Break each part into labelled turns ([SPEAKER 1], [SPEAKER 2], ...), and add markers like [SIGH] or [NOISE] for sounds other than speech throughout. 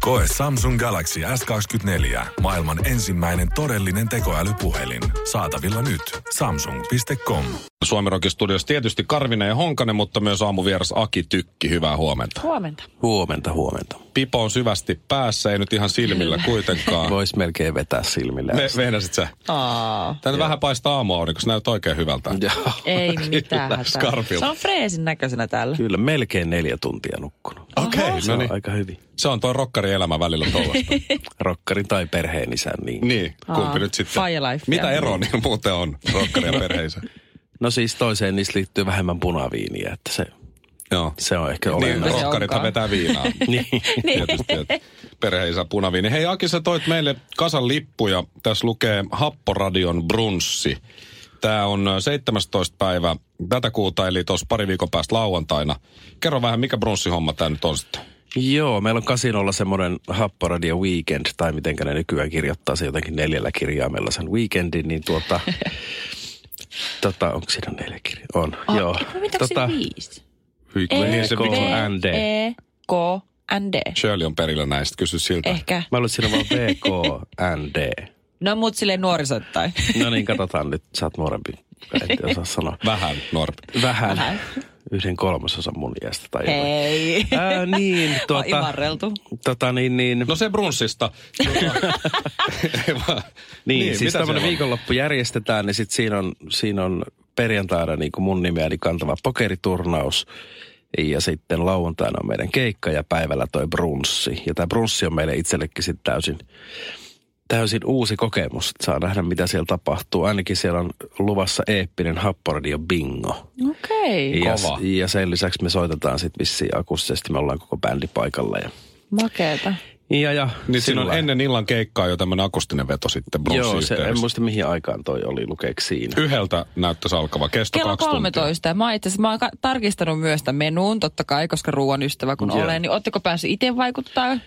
[SPEAKER 1] Koe Samsung Galaxy S24. Maailman ensimmäinen todellinen tekoälypuhelin. Saatavilla nyt. Samsung.com.
[SPEAKER 2] Suomirokin studiossa tietysti Karvinen ja Honkanen, mutta myös aamuvieras Aki Tykki. Hyvää huomenta.
[SPEAKER 3] Huomenta.
[SPEAKER 4] Huomenta, huomenta.
[SPEAKER 2] Pipo on syvästi päässä, ei nyt ihan silmillä kuitenkaan.
[SPEAKER 4] Voisi melkein vetää silmillä.
[SPEAKER 2] Ah. Me, vehnäsit sä?
[SPEAKER 3] Aa.
[SPEAKER 2] Tänne vähän paistaa aamuaurinko, se näyttää oikein hyvältä.
[SPEAKER 4] Joo, [LAUGHS]
[SPEAKER 3] Ei niin mitään
[SPEAKER 2] Kyllä,
[SPEAKER 3] hätää.
[SPEAKER 2] skarpilla.
[SPEAKER 3] Se on freesin näköisenä täällä.
[SPEAKER 4] kyllä, melkein neljä tuntia nukkunut.
[SPEAKER 2] Okei,
[SPEAKER 4] Se
[SPEAKER 2] no
[SPEAKER 4] on
[SPEAKER 2] niin.
[SPEAKER 4] aika hyvin.
[SPEAKER 2] Se on toi rokkari elämä välillä tuollaista.
[SPEAKER 4] [LAUGHS] Rokkarin tai perheen isän niin.
[SPEAKER 2] niin, kumpi
[SPEAKER 3] Aa,
[SPEAKER 2] nyt sitten.
[SPEAKER 3] fire life
[SPEAKER 2] Mitä
[SPEAKER 3] vielä.
[SPEAKER 2] eroa niillä muuten on, rokkari ja perheisä?
[SPEAKER 4] No siis toiseen niistä liittyy vähemmän punaviiniä, että se,
[SPEAKER 2] Joo.
[SPEAKER 4] se on ehkä
[SPEAKER 2] Niin,
[SPEAKER 4] olennaista.
[SPEAKER 3] se
[SPEAKER 2] rokkarita
[SPEAKER 3] onkaan.
[SPEAKER 2] vetää
[SPEAKER 4] [LAUGHS]
[SPEAKER 2] viinaa. Niin.
[SPEAKER 4] Niin.
[SPEAKER 2] Tietysti, että perheisä punaviini. Hei Aki, sä toit meille kasan lippuja. Tässä lukee Happoradion brunssi. Tämä on ö, 17. päivä tätä kuuta, eli tuossa pari viikon päästä lauantaina. Kerro vähän, mikä brunssihomma tämä nyt on sitten?
[SPEAKER 4] Joo, meillä on kasinolla semmoinen Happoradio Weekend, tai mitenkä ne nykyään kirjoittaa se jotenkin neljällä kirjaimella sen weekendin, niin
[SPEAKER 2] [LAUGHS]
[SPEAKER 4] tuota... tota, onko siinä neljä kirjaa? On,
[SPEAKER 3] Aa,
[SPEAKER 4] joo. Tota,
[SPEAKER 3] eikö no Mitä se viisi?
[SPEAKER 2] Hyykkyä. Niin se
[SPEAKER 4] K,
[SPEAKER 2] vittu ääni.
[SPEAKER 4] N, D.
[SPEAKER 3] E, K, N, D.
[SPEAKER 2] Shirley on perillä näistä, kysy siltä.
[SPEAKER 3] Ehkä.
[SPEAKER 4] Mä luulen, että siinä on vaan VKND.
[SPEAKER 3] No mut silleen nuorisoittain. [LAUGHS]
[SPEAKER 4] [LAUGHS] No niin, katsotaan nyt. Sä oot nuorempi. Et osaa sanoa.
[SPEAKER 2] Vähän nuorempi.
[SPEAKER 4] Vähän. Yhden kolmasosan mun iästä tai jotain.
[SPEAKER 3] Hei.
[SPEAKER 4] Ää,
[SPEAKER 3] [LAUGHS]
[SPEAKER 4] niin,
[SPEAKER 3] Tuota,
[SPEAKER 4] tuota,
[SPEAKER 3] imarreltu.
[SPEAKER 4] tota niin, niin,
[SPEAKER 2] No se
[SPEAKER 4] [LAUGHS]
[SPEAKER 2] brunssista. Ei vaan.
[SPEAKER 4] niin, niin, siis
[SPEAKER 2] mitä
[SPEAKER 4] tämmöinen
[SPEAKER 2] siellä on?
[SPEAKER 4] viikonloppu järjestetään, niin sit siinä on, siinä on perjantaina niin kuin mun nimeäni kantava pokeriturnaus. Ja sitten lauantaina on meidän keikka ja päivällä toi brunssi. Ja tämä brunssi on meille itsellekin sitten täysin, täysin uusi kokemus. Et Saa nähdä, mitä siellä tapahtuu. Ainakin siellä on luvassa eeppinen happoradio bingo.
[SPEAKER 3] Okei.
[SPEAKER 4] Ja,
[SPEAKER 2] Kova.
[SPEAKER 4] ja sen lisäksi me soitetaan sitten vissiin akustisesti, me ollaan koko bändi paikalla. Ja,
[SPEAKER 3] Makeeta.
[SPEAKER 4] ja, ja
[SPEAKER 2] Niin siinä on
[SPEAKER 4] sillä-
[SPEAKER 2] ennen illan keikkaa jo tämmöinen akustinen veto sitten brunssi
[SPEAKER 4] Joo, se, en muista mihin aikaan toi oli, lukeeko siinä.
[SPEAKER 2] Yhdeltä näyttäisi alkava. Kesto
[SPEAKER 3] Kello
[SPEAKER 2] kaksi
[SPEAKER 3] 13. Ja Mä, oon itse asiassa- mä oon ka- tarkistanut myös tämän menuun, totta kai, koska ruoan ystävä kun
[SPEAKER 4] Joo.
[SPEAKER 3] olen. Niin ootteko päässyt itse vaikuttaa?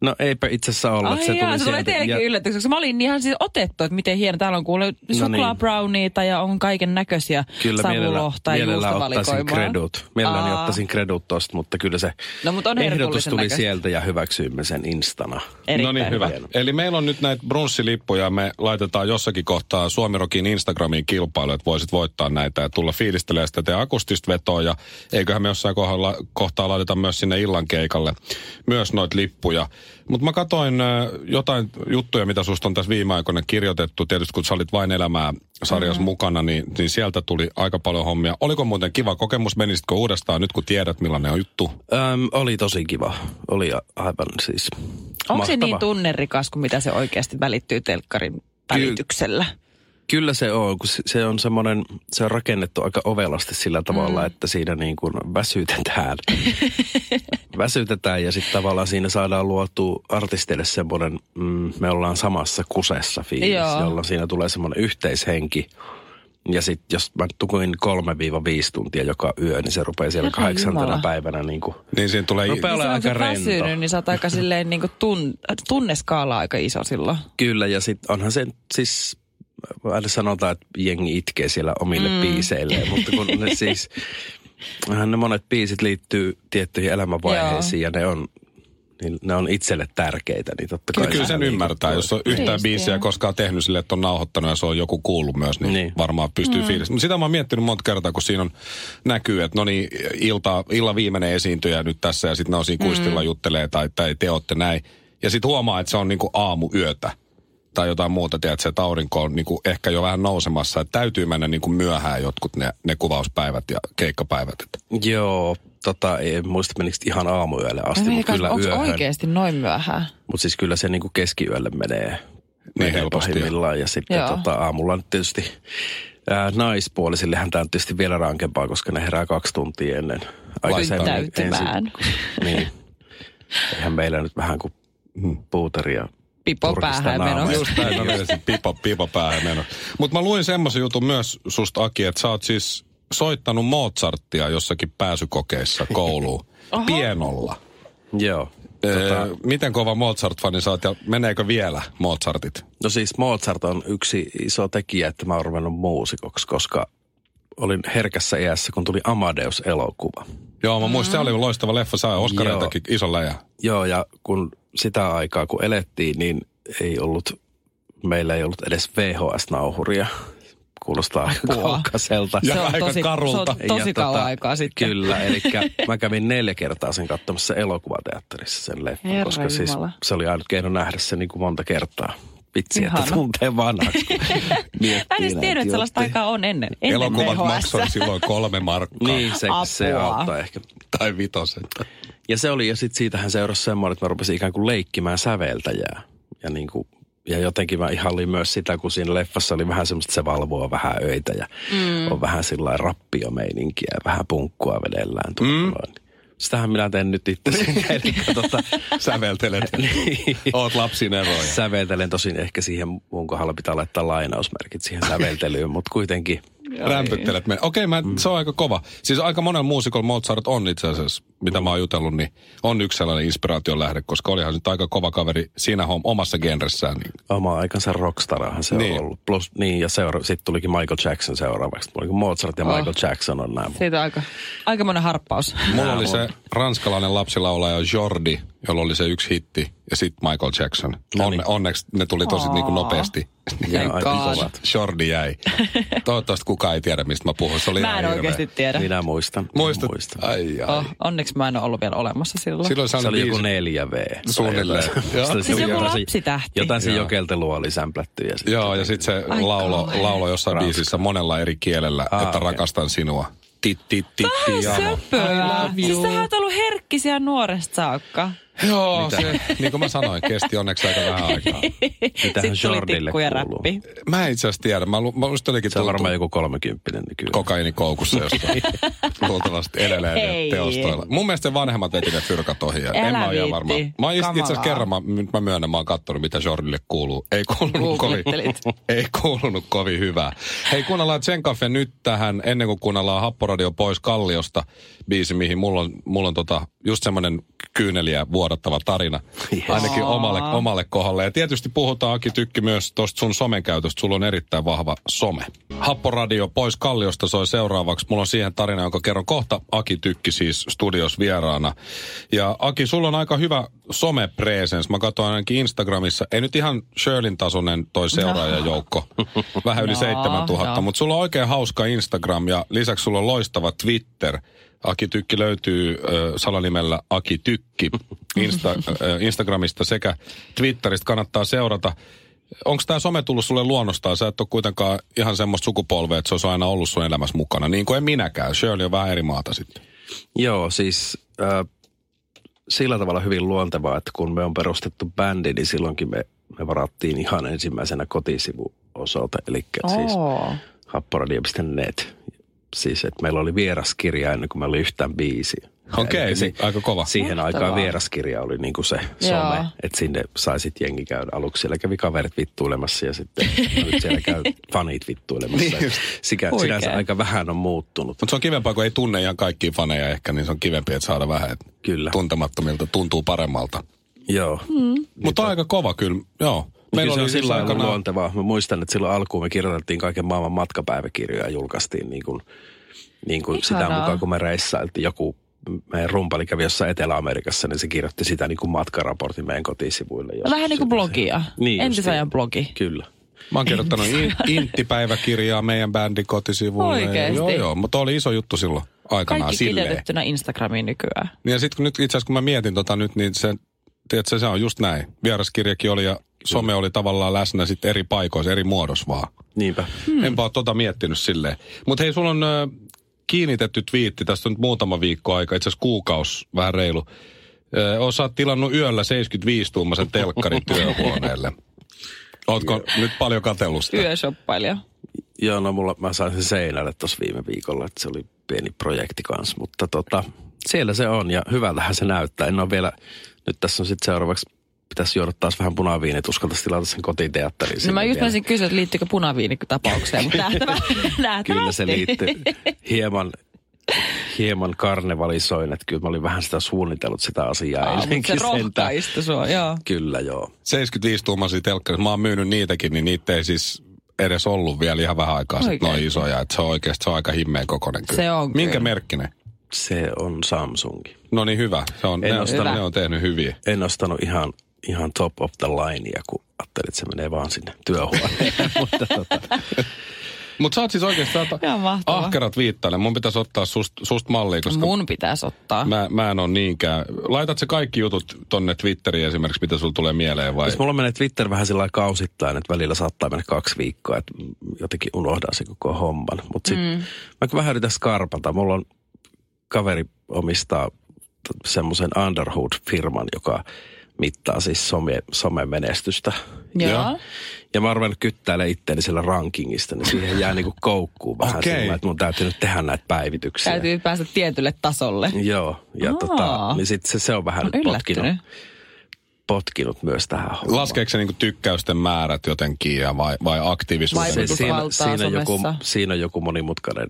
[SPEAKER 4] No eipä itse asiassa olla.
[SPEAKER 3] Ai
[SPEAKER 4] että
[SPEAKER 3] jaa, se tulee
[SPEAKER 4] sieltä.
[SPEAKER 3] teillekin
[SPEAKER 4] Ja-
[SPEAKER 3] yllätykseksi. koska Mä olin ihan siis otettu, että miten hieno. Täällä on kuule suklaabrowniita ja on kaiken näköisiä
[SPEAKER 4] No niin. Kyllä mielellä,
[SPEAKER 3] savulohta ja
[SPEAKER 4] mielellä ottaisin
[SPEAKER 3] juustovalikoimaa.
[SPEAKER 4] kredut. Mielelläni
[SPEAKER 3] Aa.
[SPEAKER 4] ottaisin No kredut tosta, mutta kyllä se
[SPEAKER 3] No, mut on
[SPEAKER 4] ehdotus
[SPEAKER 3] herkullisen
[SPEAKER 4] tuli
[SPEAKER 3] näköistä.
[SPEAKER 4] sieltä ja hyväksyimme sen instana.
[SPEAKER 2] No niin,
[SPEAKER 3] Erittäin
[SPEAKER 2] hyvä.
[SPEAKER 4] hieno.
[SPEAKER 2] Eli meillä on nyt näitä brunssilippuja. Me laitetaan jossakin kohtaa Suomirokin Instagramiin kilpailu, että voisit voittaa näitä ja tulla fiilistelemään sitä teidän akustista vetoa. Ja eiköhän me jossain kohdalla, kohtaa laiteta myös sinne illan keikalle myös noita lippuja. Mutta mä katoin ö, jotain juttuja, mitä susta on tässä viime aikoina kirjoitettu. Tietysti kun sä olit vain elämää sarjassa mm-hmm. mukana, niin, niin, sieltä tuli aika paljon hommia. Oliko muuten kiva kokemus? Menisitkö uudestaan nyt, kun tiedät millainen on juttu?
[SPEAKER 4] Öm, oli tosi kiva. Oli a- aivan siis
[SPEAKER 3] Onko se
[SPEAKER 4] mahtava.
[SPEAKER 3] niin tunnerikas kuin mitä se oikeasti välittyy telkkarin välityksellä?
[SPEAKER 4] Kyllä se on, kun se- se on semmoinen, se on rakennettu aika ovelasti sillä tavalla, mm. että siinä niin kuin väsytetään. [LAUGHS] väsytetään ja sitten tavallaan siinä saadaan luotua artisteille semmoinen, mm, me ollaan samassa kusessa fiilis,
[SPEAKER 3] Joo.
[SPEAKER 4] jolloin siinä tulee semmoinen yhteishenki. Ja sitten jos mä tukuin 3-5 tuntia joka yö, niin se rupeaa siellä
[SPEAKER 3] Herran
[SPEAKER 4] kahdeksantena
[SPEAKER 3] Jumala.
[SPEAKER 4] päivänä niin kuin,
[SPEAKER 2] Niin siinä tulee...
[SPEAKER 4] Rupeaa
[SPEAKER 3] Niin
[SPEAKER 4] ole
[SPEAKER 3] silloin, kun
[SPEAKER 4] aika
[SPEAKER 3] sä
[SPEAKER 4] rento.
[SPEAKER 3] väsynyt, niin sä oot aika silleen niin kuin tun, tunneskaala aika iso silloin.
[SPEAKER 4] Kyllä, ja sitten onhan se siis, aina sanotaan, että jengi itkee siellä omille mm. biiseilleen, mutta kun
[SPEAKER 2] [LAUGHS]
[SPEAKER 4] ne siis, onhan ne monet biisit liittyy tiettyihin elämänvaiheisiin ja ne on, niin ne on itselle tärkeitä, niin totta kai.
[SPEAKER 2] No kyllä
[SPEAKER 4] se
[SPEAKER 2] sen
[SPEAKER 4] niin
[SPEAKER 2] ymmärtää,
[SPEAKER 4] kuin-
[SPEAKER 2] jos on yhtään
[SPEAKER 3] Siistiä.
[SPEAKER 2] biisiä koskaan tehnyt sille, että on nauhoittanut ja se on joku kuullut myös, niin, niin.
[SPEAKER 4] Niin.
[SPEAKER 2] varmaan pystyy mm. fiilistä. Mutta sitä mä oon miettinyt monta kertaa, kun siinä on, näkyy, että no niin, ilta, illan viimeinen esiintyjä nyt tässä ja sitten ne on siinä kuistilla juttelee tai, tai te ootte näin. Ja sitten huomaa, että se on niinku aamuyötä tai jotain muuta, tiedätkö, että aurinko on niinku ehkä jo vähän nousemassa, että täytyy mennä niinku myöhään jotkut ne, ne kuvauspäivät ja keikkapäivät. Että
[SPEAKER 4] Joo, tota, en muista menikö ihan aamuyölle asti, mutta kyllä
[SPEAKER 3] Onko
[SPEAKER 4] yöhön.
[SPEAKER 3] oikeasti noin myöhään?
[SPEAKER 4] Mutta siis kyllä se niinku keskiyölle menee, menee
[SPEAKER 2] helposti,
[SPEAKER 4] pahimmillaan. Ja sitten
[SPEAKER 3] Joo.
[SPEAKER 4] tota, aamulla nyt tietysti ää, naispuolisillehän tämä on tietysti vielä rankempaa, koska ne herää kaksi tuntia ennen. aikaisemmin.
[SPEAKER 3] täytymään.
[SPEAKER 4] mm, Ensin- Niin. Eihän meillä nyt vähän kuin puutaria
[SPEAKER 3] Pipo
[SPEAKER 4] Turkista
[SPEAKER 3] päähän
[SPEAKER 4] naamaa.
[SPEAKER 3] menossa.
[SPEAKER 2] Just näin, oli se pipa, pipa päähän meno. Mutta mä luin semmoisen jutun myös susta, Aki, että sä oot siis soittanut Mozarttia jossakin pääsykokeissa kouluun. Pienolla.
[SPEAKER 4] Joo.
[SPEAKER 2] Tota, miten kova Mozart-fani sä oot ja meneekö vielä Mozartit?
[SPEAKER 4] No siis Mozart on yksi iso tekijä, että mä oon ruvennut muusikoksi, koska olin herkässä iässä, kun tuli Amadeus-elokuva.
[SPEAKER 2] Joo, mä muistan, se oli loistava leffa, sai Oscareitakin ison läjä.
[SPEAKER 4] Joo, ja kun sitä aikaa, kun elettiin, niin ei ollut, meillä ei ollut edes VHS-nauhuria. Kuulostaa aika
[SPEAKER 3] Apua.
[SPEAKER 4] kaukaiselta. tota,
[SPEAKER 2] Ja
[SPEAKER 3] [LAUGHS] se on
[SPEAKER 2] aika
[SPEAKER 3] tosi,
[SPEAKER 2] karulta.
[SPEAKER 3] Se on tosi kauan aikaa sitten.
[SPEAKER 4] Kyllä, eli mä kävin neljä kertaa sen katsomassa elokuvateatterissa sen leffan,
[SPEAKER 3] Herra
[SPEAKER 4] koska siis
[SPEAKER 3] Jumala.
[SPEAKER 4] se oli ainut keino nähdä se niin kuin monta kertaa. Vitsi, Ihana. että
[SPEAKER 3] Ihana.
[SPEAKER 4] tuntee vanhaksi.
[SPEAKER 3] [LAUGHS]
[SPEAKER 4] kun
[SPEAKER 3] Mä
[SPEAKER 4] miettii
[SPEAKER 3] en edes
[SPEAKER 4] näitä
[SPEAKER 3] tiedä, että sellaista
[SPEAKER 4] juttuja.
[SPEAKER 3] aikaa on ennen, ennen
[SPEAKER 2] Elokuvat
[SPEAKER 3] VHS.
[SPEAKER 2] maksoi silloin kolme markkaa.
[SPEAKER 4] Niin, se, se
[SPEAKER 3] Apua.
[SPEAKER 4] auttaa ehkä.
[SPEAKER 2] [LAUGHS] Tai vitosen.
[SPEAKER 4] Ja se oli, ja sitten siitähän seurasi semmoinen, että mä rupesin ikään kuin leikkimään säveltäjää. Ja, niin kuin, ja jotenkin mä ihailin myös sitä, kun siinä leffassa oli vähän semmoista, että se valvoo vähän öitä ja mm. on vähän sillä lailla rappiomeininkiä ja vähän punkkua vedellään. Mm. Sitähän minä teen nyt itse. [LAUGHS] Eli tota,
[SPEAKER 2] Säveltelet.
[SPEAKER 4] niin.
[SPEAKER 2] Oot lapsin eroja.
[SPEAKER 4] [LAUGHS] säveltelen tosin ehkä siihen, mun kohdalla pitää laittaa lainausmerkit siihen säveltelyyn, mutta kuitenkin.
[SPEAKER 2] Rämpyttelet me. Okei, okay, mm. se on aika kova. Siis aika monen muusikon Mozart on itse asiassa, mitä mä oon jutellut, niin on yksi sellainen inspiraation lähde, koska olihan nyt aika kova kaveri siinä homma omassa genressään. Niin.
[SPEAKER 4] Oma aikansa rockstarahan se niin.
[SPEAKER 2] Niin.
[SPEAKER 4] on ollut. Plus, niin, ja seura- sitten tulikin Michael Jackson seuraavaksi. Tuli Mozart ja
[SPEAKER 3] Oh.
[SPEAKER 4] Michael Jackson on nämä.
[SPEAKER 3] Siitä on aika, aikamoinen harppaus.
[SPEAKER 2] Mulla oli se ranskalainen lapsilaulaja Jordi, jolla oli se yksi hitti, ja sitten Michael Jackson.
[SPEAKER 4] No
[SPEAKER 2] Onne,
[SPEAKER 4] niin.
[SPEAKER 2] onneksi ne tuli tosi niin kuin nopeasti.
[SPEAKER 4] Ja
[SPEAKER 3] Thank
[SPEAKER 4] aika
[SPEAKER 3] God.
[SPEAKER 4] kovat.
[SPEAKER 2] [LAUGHS] Jordi jäi. Toivottavasti kukaan ei tiedä, mistä mä puhun. Se oli
[SPEAKER 3] Mä
[SPEAKER 2] ihan
[SPEAKER 3] en
[SPEAKER 2] hirveä.
[SPEAKER 3] oikeasti tiedä.
[SPEAKER 4] Minä muistan.
[SPEAKER 2] Muistat?
[SPEAKER 4] Muistan.
[SPEAKER 2] Ai, ai.
[SPEAKER 3] Oh, onneksi mä en ole ollut vielä olemassa silloin.
[SPEAKER 2] Silloin
[SPEAKER 4] Se oli joku
[SPEAKER 2] biisi-
[SPEAKER 4] 4V.
[SPEAKER 2] Suunnilleen. Joo.
[SPEAKER 4] Sitä-
[SPEAKER 3] Siis joku
[SPEAKER 4] jotain-
[SPEAKER 3] lapsitähti.
[SPEAKER 4] Jotain se
[SPEAKER 2] Joo.
[SPEAKER 4] jokeltelua oli sämplätty. Ja sit
[SPEAKER 2] Joo, niin ja sitten se
[SPEAKER 3] Ai
[SPEAKER 2] laulo,
[SPEAKER 3] kauhean.
[SPEAKER 2] laulo jossain Ranska. biisissä monella eri kielellä, Aa, että
[SPEAKER 4] Ah, okei.
[SPEAKER 2] okay. rakastan sinua. Tit, tit, tit, tit, Jano.
[SPEAKER 3] Söpöä. Siis sä oot ollut herkkisiä nuoresta saakka.
[SPEAKER 2] Joo, se, [LAUGHS] niin kuin mä sanoin, kesti onneksi aika vähän aikaa.
[SPEAKER 4] Mitähän
[SPEAKER 3] Sitten tuli
[SPEAKER 4] Jordille
[SPEAKER 3] tikku ja
[SPEAKER 4] kuuluu?
[SPEAKER 3] räppi.
[SPEAKER 2] Mä en itse asiassa tiedä, mä, lu, mä musta jotenkin
[SPEAKER 4] Se on varmaan
[SPEAKER 2] tuntuu
[SPEAKER 4] joku kolmekymppinen nykyään.
[SPEAKER 2] kokainikuussa
[SPEAKER 3] [LAUGHS]
[SPEAKER 2] jossain. Luultavasti edelleen
[SPEAKER 3] Ei.
[SPEAKER 2] teostoilla. Mun mielestä vanhemmat ei ne fyrkat ohi. ja En
[SPEAKER 3] Älä
[SPEAKER 2] mä ole ihan
[SPEAKER 3] viitti.
[SPEAKER 2] varma. Mä oon itse itse asiassa
[SPEAKER 3] Kamalaa.
[SPEAKER 2] kerran, mä, nyt mä myönnän, mä oon kattonut, mitä Jordille kuuluu. Ei kuulunut kovin,
[SPEAKER 3] Googlettelit.
[SPEAKER 2] ei kuulunut kovin hyvää. Hei, kuunnellaan Tsenkafe nyt tähän, ennen kuin kuunnellaan Happoradio pois Kalliosta, biisi, mihin mulla on, mulla on tota, just semmoinen kyyneliä vuodattava tarina.
[SPEAKER 4] Yes.
[SPEAKER 2] Ainakin omalle, omalle kohdalle. Ja tietysti puhutaan Aki Tykki myös tuosta sun somen käytöstä. Sulla on erittäin vahva some. Happoradio pois Kalliosta soi seuraavaksi. Mulla on siihen tarina, jonka kerron kohta. Aki Tykki siis studios vieraana. Ja Aki, sulla on aika hyvä somepresens. Mä katsoin ainakin Instagramissa. Ei nyt ihan Shirlin tasoinen toi seuraajajoukko. Vähän yli
[SPEAKER 3] No,
[SPEAKER 2] 7000,
[SPEAKER 3] no.
[SPEAKER 2] mutta sulla on oikein hauska Instagram ja lisäksi sulla on loistava Twitter. Aki Tykki löytyy äh, salanimellä Aki Tykki Insta, äh, Instagramista sekä Twitteristä. Kannattaa seurata. Onko tämä some tullut sulle luonnostaan? Sä et ole kuitenkaan ihan semmoista sukupolvea, että se olisi aina ollut sun elämässä mukana. Niin kuin en minäkään. Shirley on vähän eri maata sitten.
[SPEAKER 4] Joo, siis äh, sillä tavalla hyvin luontevaa, että kun me on perustettu bändi, niin silloinkin me, me varattiin ihan ensimmäisenä kotisivuosoite, eli siis
[SPEAKER 3] Oo.
[SPEAKER 4] happoradio.net. Siis, että meillä oli vieraskirja ennen kuin meillä oli yhtään biisiä.
[SPEAKER 2] Okei,
[SPEAKER 4] Elikkä
[SPEAKER 2] niin aika kova.
[SPEAKER 4] Siihen
[SPEAKER 3] Mahtavaa.
[SPEAKER 4] aikaan vieraskirja oli niinku se
[SPEAKER 3] Joo.
[SPEAKER 4] some, että sinne sai sit jengi käydä aluksi. Siellä kävi kaverit vittuilemassa ja
[SPEAKER 3] [LAUGHS]
[SPEAKER 4] sitten nyt siellä käy fanit vittuilemassa.
[SPEAKER 2] Niin
[SPEAKER 4] Et Sikä,
[SPEAKER 3] Huikea.
[SPEAKER 4] sinänsä aika vähän on muuttunut.
[SPEAKER 2] Mutta se on kivempaa, kun ei tunne ihan kaikkia faneja ehkä, niin se on kivempi, että saada vähän. että
[SPEAKER 4] Kyllä.
[SPEAKER 2] Tuntemattomilta tuntuu paremmalta.
[SPEAKER 4] Joo.
[SPEAKER 2] Mutta on aika kova kyllä, joo.
[SPEAKER 4] Meillä Niin. kyllä se on
[SPEAKER 2] siis
[SPEAKER 4] sillä lailla
[SPEAKER 2] aikanaan-
[SPEAKER 4] luontevaa. Mä muistan, että silloin alkuun me kirjoitettiin kaiken maailman matkapäiväkirjoja ja julkaistiin niin kuin, niin kuin sitä
[SPEAKER 3] Ihanaa.
[SPEAKER 4] mukaan, kun me reissailtiin. Joku meidän rumpali kävi jossain Etelä-Amerikassa, niin se kirjoitti sitä niin kuin matkaraportin meidän kotisivuille. joskus.
[SPEAKER 3] Vähän niin kuin blogia.
[SPEAKER 4] Niin, just
[SPEAKER 3] Entisajan
[SPEAKER 4] niin.
[SPEAKER 3] blogi.
[SPEAKER 4] Kyllä.
[SPEAKER 2] Mä oon kirjoittanut in, Intti-päiväkirjaa meidän bändin kotisivuille.
[SPEAKER 3] Oikeesti?
[SPEAKER 2] Joo, joo, mutta oli iso juttu silloin aikanaan
[SPEAKER 3] Kaikki
[SPEAKER 2] silleen.
[SPEAKER 3] kiteytettynä Instagramiin nykyään.
[SPEAKER 2] Niin Ja sitten kun nyt itse asiassa kun mä mietin tota nyt, niin se, tiedätkö, se on just näin. Vieraskirjakin oli ja some oli tavallaan läsnä sitten eri paikoissa, eri muodossa vaan.
[SPEAKER 4] Niinpä.
[SPEAKER 2] Hmm. Enpä ole tota miettinyt silleen. Mutta hei, sulla on ö, kiinnitetty twiitti, tästä on nyt muutama viikko aika, itse asiassa kuukaus, vähän reilu. Ö, o, sä oot tilannut yöllä 75-tuumaisen telkkarin työhuoneelle. [LAUGHS] Ootko nyt paljon katellut sitä?
[SPEAKER 3] Yöshoppailija.
[SPEAKER 4] Joo, no mulla, mä sain sen seinälle tuossa viime viikolla, että se oli pieni projekti kanssa, mutta tota, siellä se on ja hyvältähän se näyttää. En ole vielä, nyt tässä on sitten seuraavaksi pitäisi juoda taas vähän punaviinit, uskaltaisi tilata sen kotiteatteriin.
[SPEAKER 3] No
[SPEAKER 4] sinne
[SPEAKER 3] mä just
[SPEAKER 4] vielä.
[SPEAKER 3] olisin kysyä, että liittyykö punaviini tapaukseen,
[SPEAKER 4] [LAUGHS]
[SPEAKER 3] mutta nähtävä, nähtävästi.
[SPEAKER 4] Kyllä se liittyy hieman, hieman karnevalisoin, että kyllä mä olin vähän sitä suunnitellut sitä asiaa
[SPEAKER 3] Aa, mutta se
[SPEAKER 4] eilenkin sentään.
[SPEAKER 3] rohkaistu sua, joo.
[SPEAKER 4] Kyllä joo.
[SPEAKER 2] 75-tuumaisia telkkareita. Mä oon myynyt niitäkin, niin niitä ei siis edes ollut vielä ihan vähän aikaa sitten
[SPEAKER 3] Oikein.
[SPEAKER 2] noin isoja. Että se on oikeasti se on aika himmeä kokoinen kyllä.
[SPEAKER 3] Se on
[SPEAKER 2] Minkä
[SPEAKER 3] kyllä.
[SPEAKER 2] merkkinen?
[SPEAKER 4] Se on Samsung.
[SPEAKER 2] No niin hyvä. Se on,
[SPEAKER 4] En
[SPEAKER 2] ne, on,
[SPEAKER 4] ostanut.
[SPEAKER 2] ne on tehnyt hyviä.
[SPEAKER 4] En ostanut ihan, ihan top of the linea, kun ajattelin, että se menee vaan sinne työhuoneen. [LAUGHS] Mutta tota,
[SPEAKER 2] Mutta sä oot siis oikeasti sä oot
[SPEAKER 3] Ihan mahtavaa.
[SPEAKER 2] ahkerat viittainen. Mun pitäisi ottaa sust, sust mallia, koska
[SPEAKER 3] Mun pitäisi ottaa.
[SPEAKER 2] mä, mä en ole niinkään. Laitat se kaikki jutut tonne Twitteriin esimerkiksi, mitä sulla tulee mieleen vai?
[SPEAKER 4] jos mulla menee Twitter vähän sillä lailla kausittain, että välillä saattaa mennä kaksi viikkoa, että jotenkin unohdan se koko homman. Mutta sitten mm. mä vähän yritän skarpata. Mulla on kaveri omistaa t- semmoisen Underhood-firman, joka mittaa siis some, somemenestystä.
[SPEAKER 3] joo.
[SPEAKER 4] Ja mä arvan kyttäilemään itteeni siellä rankingista, niin siihen jää niinku koukkuun vähän
[SPEAKER 2] Okei.
[SPEAKER 4] okay. sillä, että mun täytyy nyt tehdä näitä päivityksiä.
[SPEAKER 3] Täytyy päästä tietylle tasolle.
[SPEAKER 4] Joo, ja
[SPEAKER 3] Aa.
[SPEAKER 4] tota, niin sit se, se on vähän nyt potkinut,
[SPEAKER 3] Yllättynyt.
[SPEAKER 4] potkinut myös tähän hommaan.
[SPEAKER 2] Laskeeko se niinku tykkäysten määrät jotenkin ja vai, vai aktiivisuus?
[SPEAKER 4] se, siinä,
[SPEAKER 3] Vaikutusvaltaa
[SPEAKER 4] siinä, joku,
[SPEAKER 3] somessa.
[SPEAKER 4] siinä on joku monimutkainen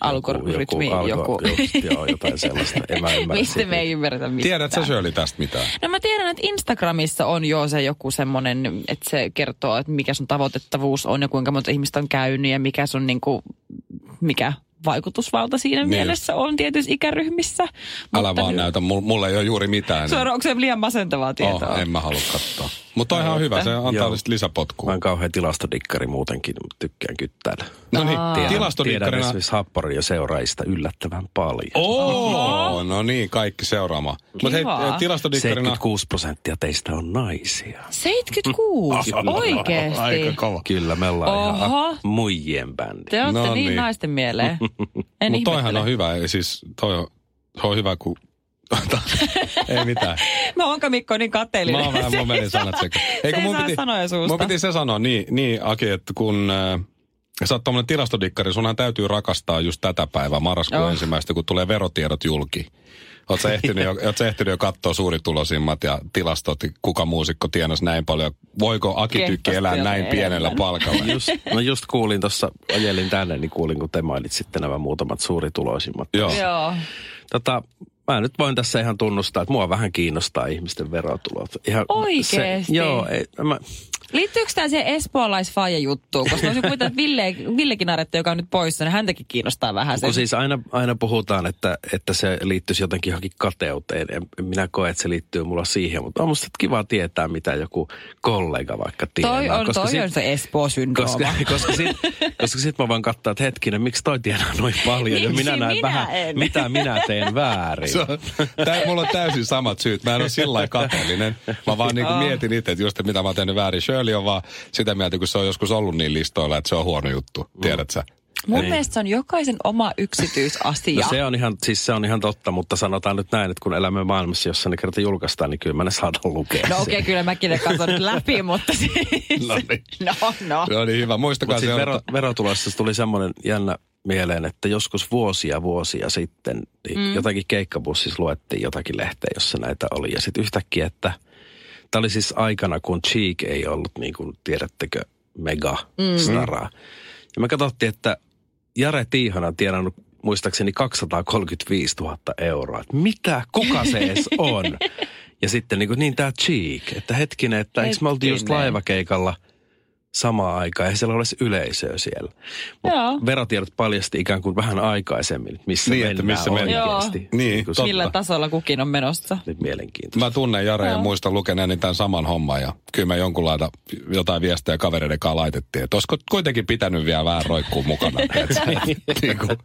[SPEAKER 3] Algoritmi,
[SPEAKER 4] joku.
[SPEAKER 3] joku.
[SPEAKER 4] algo- Just, joo, jotain sellaista. En mä ymmärrä
[SPEAKER 3] Mistä
[SPEAKER 4] sitä.
[SPEAKER 3] me ei ymmärretä mitään.
[SPEAKER 2] Tiedät sä Shirley tästä mitään?
[SPEAKER 3] No mä tiedän, että Instagramissa on jo se joku semmoinen, että se kertoo, että mikä sun tavoitettavuus on ja kuinka monta ihmistä on käynyt ja mikä sun niinku, mikä vaikutusvalta siinä
[SPEAKER 2] Niin.
[SPEAKER 3] niin. mielessä on tietyissä ikäryhmissä.
[SPEAKER 2] Älä vaan näytä, mulla, mulla ei ole juuri mitään.
[SPEAKER 3] Suoraan, onko se liian masentavaa tietoa?
[SPEAKER 2] Oh, en mä halua katsoa. Mutta on ihan hyvä, se antaa
[SPEAKER 4] Joo.
[SPEAKER 2] sit lisäpotkua.
[SPEAKER 4] Mä oon kauhean tilastodikkari muutenkin, mutta tykkään kyttäillä.
[SPEAKER 2] No niin,
[SPEAKER 4] Tiedän
[SPEAKER 2] tilastodikkarina.
[SPEAKER 4] esimerkiksi happaria ja seuraajista yllättävän paljon.
[SPEAKER 2] Oo, no niin, kaikki seuraamaan. Mutta hei,
[SPEAKER 3] Kiva.
[SPEAKER 2] tilastodikkarina.
[SPEAKER 4] 76 prosenttia teistä on naisia.
[SPEAKER 3] 76, oikeesti.
[SPEAKER 2] Aika kova.
[SPEAKER 4] Kyllä, me ollaan
[SPEAKER 3] Oho.
[SPEAKER 4] ihan muijien bändi.
[SPEAKER 3] Te olette
[SPEAKER 2] No
[SPEAKER 3] no niin,
[SPEAKER 2] niin.
[SPEAKER 3] niin naisten mieleen. En
[SPEAKER 2] Mutta toihan
[SPEAKER 3] ihmettele.
[SPEAKER 2] on hyvä, ei siis toi on, se on hyvä, kun... [LAUGHS] ei mitään.
[SPEAKER 3] Mä onko Mikko niin kateellinen?
[SPEAKER 2] Mä oon vähän,
[SPEAKER 3] Se
[SPEAKER 2] mun meni
[SPEAKER 3] ei saa-
[SPEAKER 2] sanat sekä.
[SPEAKER 3] se ei saa sanoja suusta.
[SPEAKER 2] Mun piti se sanoa niin, niin Aki, että kun äh, sä oot tommonen tilastodikkari, sunhan täytyy rakastaa just tätä päivää, marraskuun
[SPEAKER 3] Joo.
[SPEAKER 2] ensimmäistä, kun tulee verotiedot julki. Oot
[SPEAKER 3] [LAUGHS]
[SPEAKER 2] sä ehtinyt jo, oot sä ehtinyt jo katsoa suurituloisimmat ja tilastot, että kuka muusikko tienasi näin paljon. Voiko Aki
[SPEAKER 3] Kehtas
[SPEAKER 2] Tykki elää
[SPEAKER 3] tilanne
[SPEAKER 2] näin pienellä
[SPEAKER 3] enemmän. [LAUGHS]
[SPEAKER 2] palkalla?
[SPEAKER 4] Just, mä just kuulin tuossa, ajelin tänne, niin kuulin, kun te mainitsitte nämä muutamat suurituloisimmat.
[SPEAKER 2] Joo.
[SPEAKER 3] Joo.
[SPEAKER 4] Tota, mä nyt voin tässä ihan tunnustaa, että mua vähän kiinnostaa ihmisten verotulot. Ihan
[SPEAKER 3] Oikeesti?
[SPEAKER 4] Se, joo, ei, mä,
[SPEAKER 3] Liittyykö tämä siihen espoolaisfaija-juttuun? Koska olisin kuvitella, että Ville, Villekin Aretta, joka on nyt poissa, niin häntäkin kiinnostaa vähän se.
[SPEAKER 4] kun siis aina, aina puhutaan, että, että se liittyisi jotenkin johonkin kateuteen. En, en minä koe, että se liittyy mulla siihen, mutta on musta kiva tietää, mitä joku kollega vaikka tietää.
[SPEAKER 3] toi on, toi on se
[SPEAKER 4] Koska,
[SPEAKER 3] Espoo-syndrooma.
[SPEAKER 4] [LAUGHS] koska sitten koska sit mä vaan katsoin, että hetkinen, miksi toi tienaa noin paljon ja
[SPEAKER 3] Miksi
[SPEAKER 4] minä näen
[SPEAKER 3] minä
[SPEAKER 4] vähän,
[SPEAKER 3] en?
[SPEAKER 4] mitä minä teen väärin.
[SPEAKER 2] Se on, tää, mulla on täysin samat syyt. Mä en ole sillä lailla kateellinen. Mä vaan niinku mietin itse, että just että mitä mä oon tehnyt väärin. Shirley on vaan sitä mieltä, kun se on joskus ollut niin listoilla, että se on huono juttu. Tiedät sä?
[SPEAKER 3] Mun
[SPEAKER 2] Niin.
[SPEAKER 3] mielestä se on jokaisen oma yksityisasia.
[SPEAKER 4] No se on, ihan, siis se on ihan totta, mutta sanotaan nyt näin, että kun elämme maailmassa, jossa ne kerta julkaistaan, niin kyllä mä ne saatan lukea.
[SPEAKER 3] No okei,
[SPEAKER 4] sen.
[SPEAKER 3] okay, kyllä mäkin ne katson nyt läpi, mutta siis...
[SPEAKER 2] No niin.
[SPEAKER 3] No, no.
[SPEAKER 2] No niin, hyvä. Muistakaa
[SPEAKER 4] Mutta
[SPEAKER 2] se
[SPEAKER 4] siis
[SPEAKER 2] vero...
[SPEAKER 4] vero, verotulossa tuli semmoinen jännä mieleen, että joskus vuosia vuosia sitten niin mm. jotakin keikkabussissa luettiin jotakin lehteä, jossa näitä oli. Ja sitten yhtäkkiä, että tämä oli siis aikana, kun Cheek ei ollut niin kuin tiedättekö mega staraa. Ja me katsottiin, että Jare Tiihana on tienannut muistaakseni 235 000 euroa. Et Mitä? Kuka se edes on? Ja sitten niin, kuin, niin tämä Cheek, että hetkinen, että eikö me oltiin just
[SPEAKER 3] Hetkinen.
[SPEAKER 4] laivakeikalla – samaan aikaan. Eihän siellä ole edes yleisöä siellä. Mut
[SPEAKER 3] Joo.
[SPEAKER 4] verotiedot paljasti ikään kuin vähän aikaisemmin, että missä
[SPEAKER 2] Niin,
[SPEAKER 4] niin,
[SPEAKER 2] että
[SPEAKER 4] mennään
[SPEAKER 2] missä
[SPEAKER 3] mennään.
[SPEAKER 4] oikeasti.
[SPEAKER 2] Joo. Niin,
[SPEAKER 4] kuin
[SPEAKER 2] totta.
[SPEAKER 4] se-
[SPEAKER 3] Millä tasolla kukin on menossa?
[SPEAKER 4] Nyt mielenkiintoista.
[SPEAKER 2] Mä tunnen Jare ja muistan lukeneeni tämän saman homman ja kyllä mä jonkunlaita jotain viestejä kavereiden kanssa laitettiin, että olisiko kuitenkin pitänyt vielä vähän roikkuu mukana. Et se, niin kuin,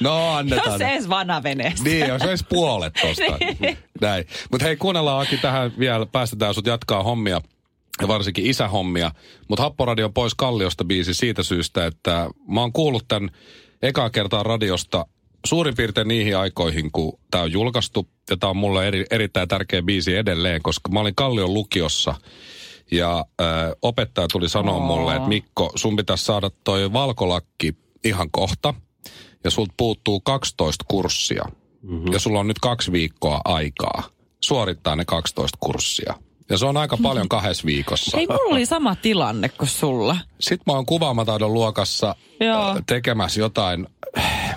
[SPEAKER 2] no
[SPEAKER 3] Jos
[SPEAKER 2] annetaan.
[SPEAKER 3] se edes vanaveneessä.
[SPEAKER 2] Niin, jos edes puolet tosta. Näin. Mutta hei, kuunnellaan Aki tähän vielä. Päästetään sut jatkaa hommia ja varsinkin isähommia. Mutta Happoradio pois Kalliosta biisi siitä syystä, että mä oon kuullut tämän ekaa kertaa radiosta suurin piirtein niihin aikoihin, kun tämä on julkaistu. Ja tämä on mulle eri, erittäin tärkeä biisi edelleen, koska mä olin Kallion lukiossa. Ja ö, opettaja tuli sanoa
[SPEAKER 3] Oo.
[SPEAKER 2] mulle, että Mikko, sun pitäisi saada toi valkolakki ihan kohta. Ja sulta puuttuu 12
[SPEAKER 3] Mhm.
[SPEAKER 2] kurssia. Mm-hmm. Ja sulla on nyt kaksi viikkoa aikaa suorittaa ne 12 kurssia. Ja se on aika
[SPEAKER 3] [LAUGHS]
[SPEAKER 2] paljon kahdessa viikossa.
[SPEAKER 3] Ei, mulla oli sama tilanne kuin sulla.
[SPEAKER 2] Sitten mä oon kuvaamataidon luokassa
[SPEAKER 3] Joo.
[SPEAKER 2] ö, tekemässä jotain,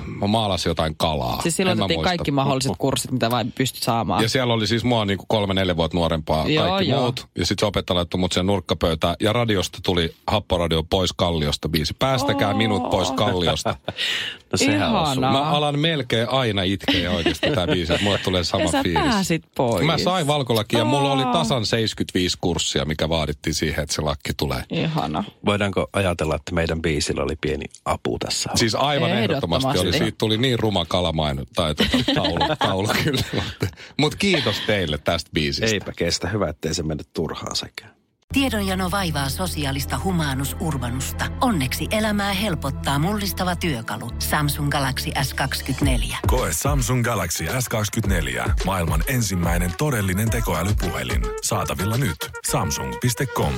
[SPEAKER 2] mä maalasin jotain kalaa.
[SPEAKER 3] Siis
[SPEAKER 2] En
[SPEAKER 3] silloin
[SPEAKER 2] mä
[SPEAKER 3] otettiin
[SPEAKER 2] muista.
[SPEAKER 3] kaikki mahdolliset kurssit, mitä vain pystyt saamaan.
[SPEAKER 2] Ja siellä oli siis mua niinku kolme, neljä vuotta nuorempaa
[SPEAKER 3] Ah. Joo,
[SPEAKER 2] kaikki
[SPEAKER 3] joo.
[SPEAKER 2] muut. Ja sitten se opettaja laittoi mut sen nurkkapöytään. Ja radiosta tuli Happoradio pois kalliosta biisi. Päästäkää oh. minut pois kalliosta.
[SPEAKER 4] No sehän on
[SPEAKER 3] Ihana.
[SPEAKER 4] sun.
[SPEAKER 3] Aa.
[SPEAKER 2] Mä alan melkein aina itkeä oikeasti tää biisi. että Mulle tulee sama
[SPEAKER 3] ja sä
[SPEAKER 2] fiilis.
[SPEAKER 3] pääsit pois.
[SPEAKER 2] Mä sain valkolakin ja mulla oli
[SPEAKER 3] Aa.
[SPEAKER 2] tasan 75 kurssia, mikä vaadittiin siihen, että se lakki tulee.
[SPEAKER 3] Ihana.
[SPEAKER 4] Voidaanko ajatella, että meidän biisillä oli pieni apu tässä?
[SPEAKER 2] Siis aivan
[SPEAKER 3] Ehdottomasti.
[SPEAKER 2] ehdottomasti oli. Siitä tuli niin ruma kalamain, tai tuota, taulu, taulu kyllä. Mutta kiitos teille tästä biisistä.
[SPEAKER 4] Eipä kestä. Hyvä, ettei se mennyt turhaan sekään.
[SPEAKER 5] Tiedonjano vaivaa sosiaalista humanus urbanusta. Onneksi elämää helpottaa mullistava työkalu. Samsung Galaxy S24.
[SPEAKER 1] Koe Samsung Galaxy S24. Maailman ensimmäinen todellinen tekoälypuhelin. Saatavilla nyt. Samsung.com.